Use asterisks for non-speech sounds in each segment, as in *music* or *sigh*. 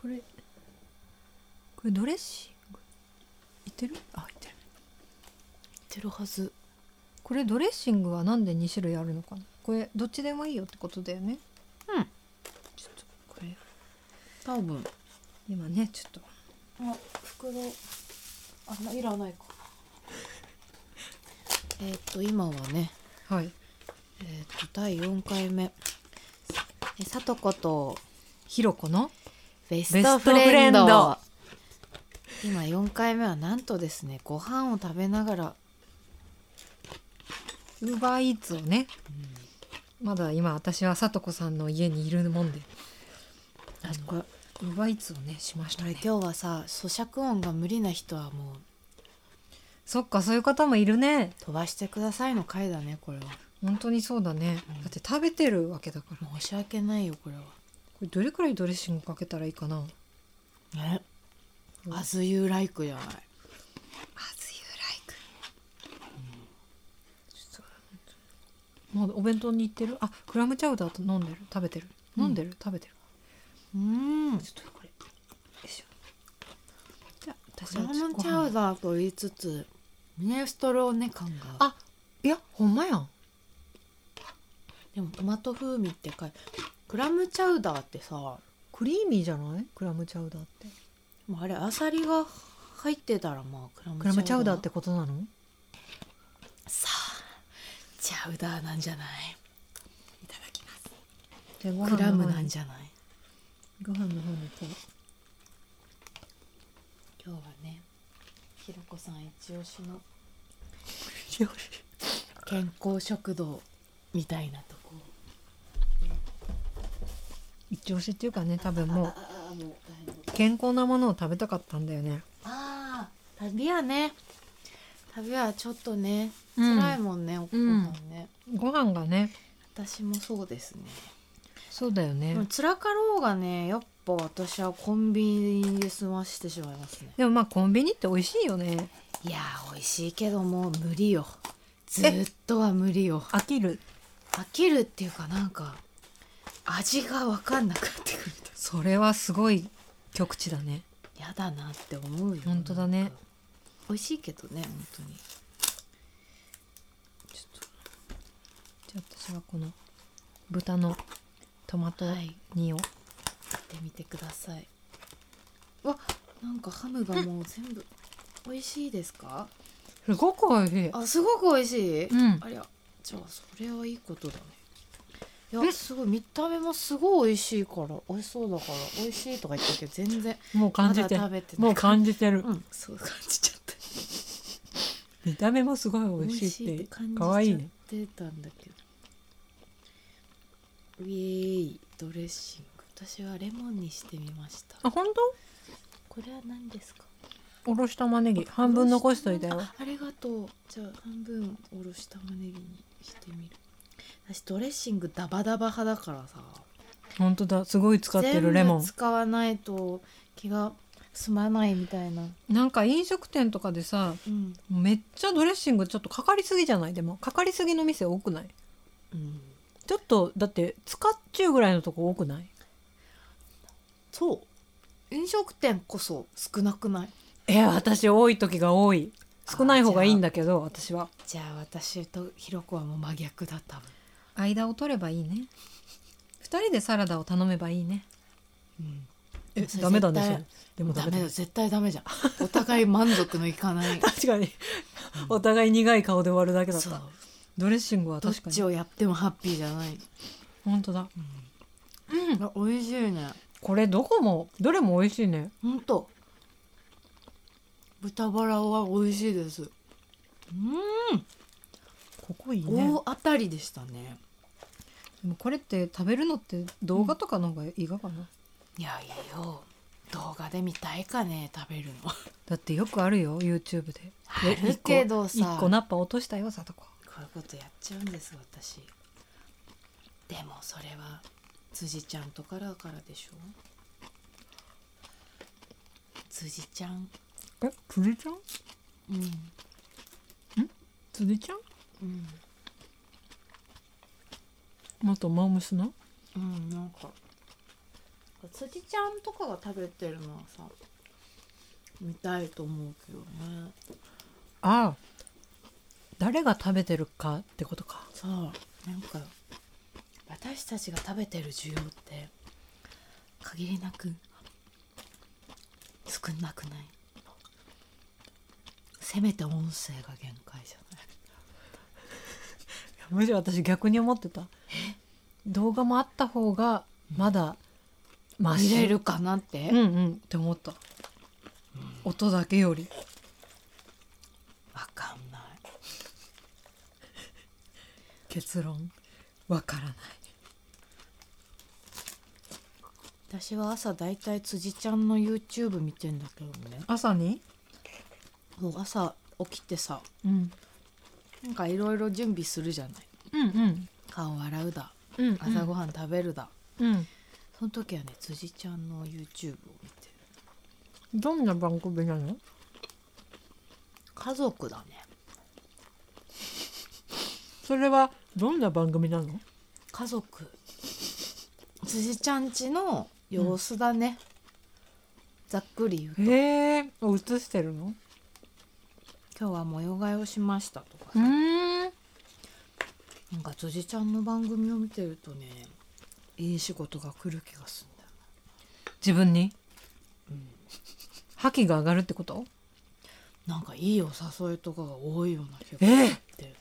これこれドレッシングいってるあいってるてるはずこれドレッシングはなんで2種類あるのかなこれどっちでもいいよってことだよねうんちょっとこれ多分今ねちょっとあ袋あないらないか *laughs* えっと今はねはいえっと第4回目えさとことひろこのベスベトストフフレンドレンド今4回目はなんとですねご飯を食べながらウーバーイーツをね、まだ今私はさとこさんの家にいるもんであこれウーバーイーツをねしましたね今日はさ咀嚼音が無理な人はもうそっかそういう方もいるね飛ばしてくださいの回だねこれは本当にそうだね、うんだって食べてるわけだからこ申し訳ないよこれはれどれくらいドレッシングかけたらいいかなねうん As you like じゃないまずユーライク。ちょっともうお弁当に行ってる。あ、クラムチャウダーと飲んでる。食べてる。うん飲んでる。食べてる。うんちょっとこれ。よいしょ。じゃあ私クラはちょっムとチャご飯ウダーと言いつつミネストローネ感があいや、ほんまやん。でもトマト風味って書いクラムチャウダーってさクリーミーじゃない？クラムチャウダーって。もうあれアサリが入ってたらまあクラムクラムチャウダーってことなの？さあチャウダーなんじゃないいただきまじゃあごクラムのな方んにじゃないご飯の方にこ今日はねひろこさん一押しのう。よし健康食堂みたいなとこ一押しっていうかね、多分もうああもう大変健康なものを食べたかったんだよね。ああ旅はね旅はちょっとねうん辛いもんね、お子さんね、ご飯がね、私もそうですねそうだよね。でも辛かろうがねやっぱ私はコンビニで済ましてしまいますねでもまあコンビニって美味しいよね。いやー美味しいけどもう無理よずっとは無理よ飽きる飽きるっていうかなんか味が分かんなくなってくるそれはすごい極地だねやだなって思うよ本当だねなんか美味しいけどね本当にちょっとじゃあ私はこの豚のトマトはい煮を、やってみてくださいうわなんかハムがもう全部美味しいですかすごく美味しいあすごく美味しい、うんありゃじゃあそれはいいことだねいえやすごい見た目もすごい美味しいから美味しそうだから美味しいとか言ってるけど全然もう感じまてだる食べてないもう感じてる、うんそう感じちゃった見た目もすごい美味しいって可愛いね出たんだけどウェイドレッシング私はレモンにしてみましたあ本これは何ですか当おろし玉ねぎ半分残しといたよあありがとうじゃあ半分おろし玉ねぎにしてみる私ドレッシングダバダバ派だからさ本当だすごい使ってるレモ全部使わないと気が済まないみたいなンなんか飲食店とかでさうん、めっちゃドレッシングちょっとかかりすぎじゃないでもかかりすぎの店多くないうん、ちょっとだって使っちゅうぐらいのとこ多くないそう飲食店こそ少なくないえ私多い時が多い少ない方がいいんだだけど私はじゃあ私とひろこはもう真逆だった間を取ればいいね二人でサラダを頼めばいいねうんえそれダメだねそ絶対れでもダダメメだだ絶対ダメじゃん *laughs* お互い満足のいかない確かにお互い苦い顔で終わるだけだっそうたドレッシングはどっ確かちにをやってもハッピーじゃない、本当だうん、あ美味しいねこれどこもどれも美味しいねほんと豚バラは美味しいですうここいいーん、ね大当たりでしたねでもこれって食べるのって動画とかの方がいいかかな、いやいいよ動画で見たいかね食べるのだってよくあるよ YouTube で *laughs* あるけどさ1個ナッパ落としたよさとここういうことやっちゃうんです私でもそれは辻ちゃんとからからでしょ辻ちゃんえ辻ちゃんうん辻ちゃんうん元マムシのうんなんか辻ちゃんとかが食べてるのはさ見たいと思うけどねああ誰が食べてるかってことかそうなんか私たちが食べてる需要って限りなく少なくないせめて音声が限界じゃないむしろ私逆に思ってた動画もあった方がまだマシ見れるかなって、うんうんって思った音だけよりわかんない結論わからない私は朝だいたい辻ちゃんの YouTube 見てんだけどね朝にもう朝起きてさうんなんかいろいろ準備するじゃないうんうん顔洗うだうん朝ごはん食べるだ、うんその時はね辻ちゃんの YouTube を見てるどんな番組なの家族だねそれはどんな番組なの家族辻ちゃん家の様子だね、ざっくり言うとへえ映してるの今日は模様替えをしましたとかうね、ーんなんか辻ちゃんの番組を見てるとねいい仕事が来る気がするんだよね自分に、覇気が上がるってことなんかいいお誘いとかが多いような気がええってる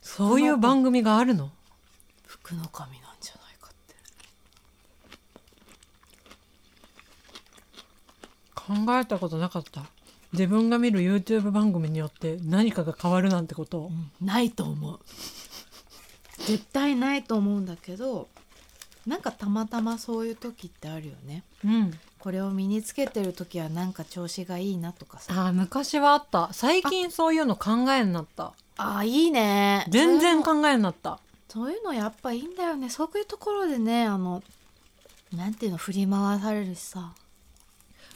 そういう番組があるの福の神なんじゃないかって考えたことなかった自分が見る YouTube 番組によって何かが変わるなんてことないと思う *laughs* 絶対ないと思うんだけどなんかたまたまそういう時ってあるよねうんこれを身につけてる時はなんか調子がいいなとかさあー昔はあった最近そういうの考えになったあーいいね全然そういうの考えになったそういうのやっぱいいんだよねそういうところでねあのなんていうの振り回されるしさ、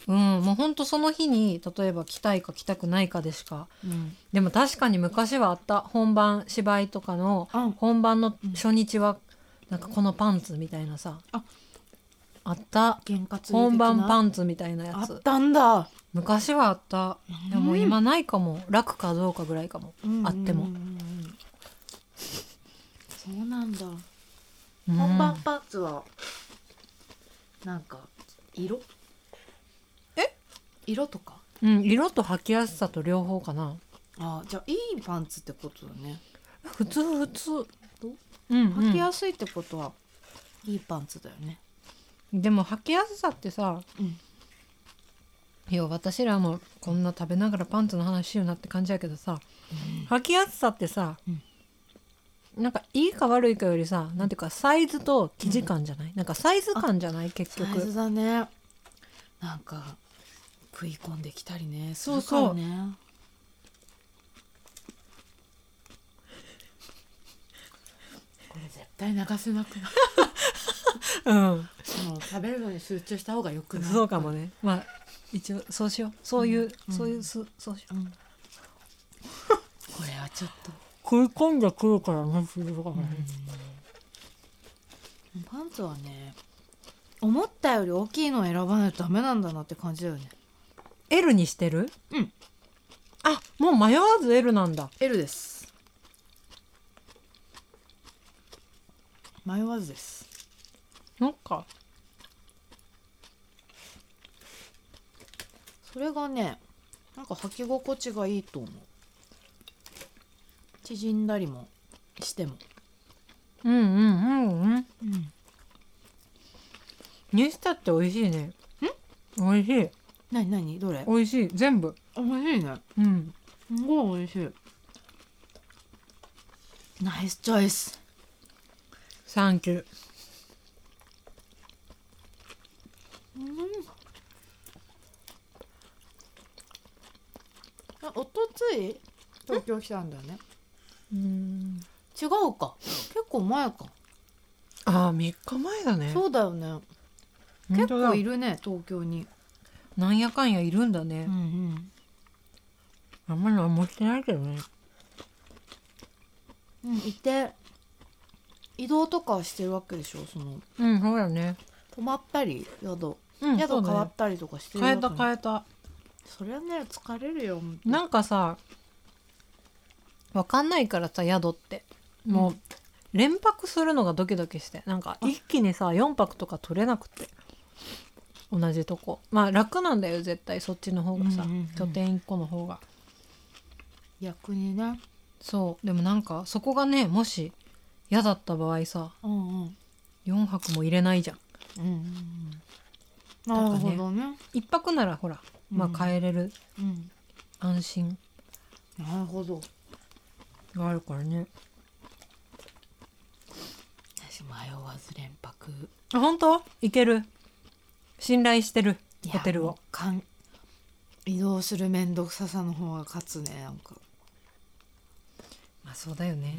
うんもうほんとその日に例えば来たいか来たくないかでしかうん、でも確かに昔はあった本番芝居とかのうん本番の初日はなんかこのパンツみたいなさああった験担ぎ的な本番パンツみたいなやあつったんだ昔はあったでもうん今ないかも楽かどうかぐらいかもあってもうんうんうんうんそうなんだうん本番パーツはなんか色え色とかうん色と履きやすさと両方かなあじゃあいいパンツってことだね普通普通うんうん履きやすいってことは、いいパンツだよねでも履きやすさってさうんいや私らもこんな食べながらパンツの話しようなって感じやけどさ履きやすさってさ、うんなんかいいか悪いかよりさなんていうかサイズと生地感じゃない、なんかサイズ感じゃない結サ局イズだねなんか食い込んできたりねすそうるそうからねこれ絶対流せなく *laughs* ないうんもう食べるのに集中した方がよくないそうかもねまあ一応そうしようそういう、うんそういうすそうしよううんこれはちょっと、食い込んでくるからねするかパンツはね思ったより大きいのを選ばないとダメなんだなって感じだよね L にしてるうんあもう迷わず L なんだ L です迷わずですなんかそれがねなんか履き心地がいいと思う縮んだりもしても、うんうんうんうんうん、にしたって美味しいねん美味しいなになにどれ美味しい全部美味しいねうんすごい美味しいナイスチョイスサンキューえおとつい東京来たんだよねうん違うか結構前かあー3日前だねそうだよね本結当だ構いるね東京になんやかんやいるんだね、んあんまり何もしてないけどねうん、うん、いて移動とかしてるわけでしょそのうんそうだね泊まったり宿、うん宿そうだ変わよったりとかしてる変えたえ変えたそれはね疲れるよ本当なんかさわかんないからさ宿ってもう、う連泊するのがドキドキしてなんか一気にさ4泊とか取れなくて同じとこまあ楽なんだよ絶対そっちの方がさ、うんうんうん拠点1個の方が逆にねそうでもなんかそこがねもし嫌だった場合さうんうん4泊も入れないじゃんうんうんうんなるほどね1泊ならほらまあ帰れるうん安心なるほどがあるからね私迷わず連泊あ本当いける信頼してるいやホテルもうをかん移動する面倒くささの方が勝つねなんかまあそうだよね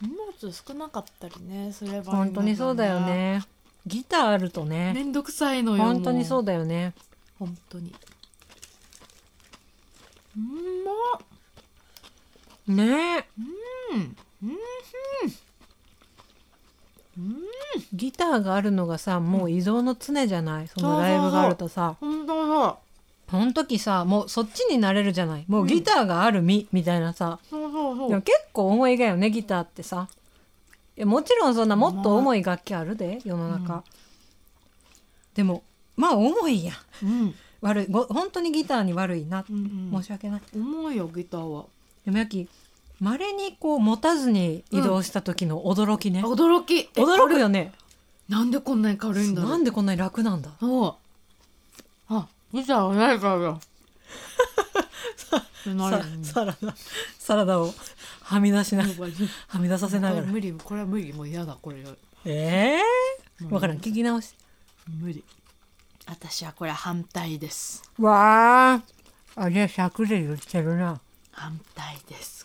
荷物少なかったりねすればいいの本当にそうだよねギターあるとかなね面倒くさいのよ本当にそううだよね本当にうんまっねえうんギターがあるのがさもう依存の常じゃないそのライブがあるとさ本当だその時さもうそっちになれるじゃないもうギターがある身、みたいなさそうそうそうでも結構重いがよねギターってさいやもちろんそんなもっと重い楽器あるで世の中、うんでもまあ重いやんうん悪いご本当にギターに悪いな、うんうん申し訳ない重いよギターはでもやきまれにこう持たずに移動した時の驚きね、驚きえ驚くよねなんでこんなに軽いんだろうなんでこんなに楽なんだそう。あ、ギターがないからだ。ってなる *laughs* さよねサラダサラダをはみ出しななんかはみ出させながら無理、これは無理、もう嫌だ、これは。ええもうー、わからん聞き直し無理。私はこれは反対です。わああれは100で言ってるな反対です。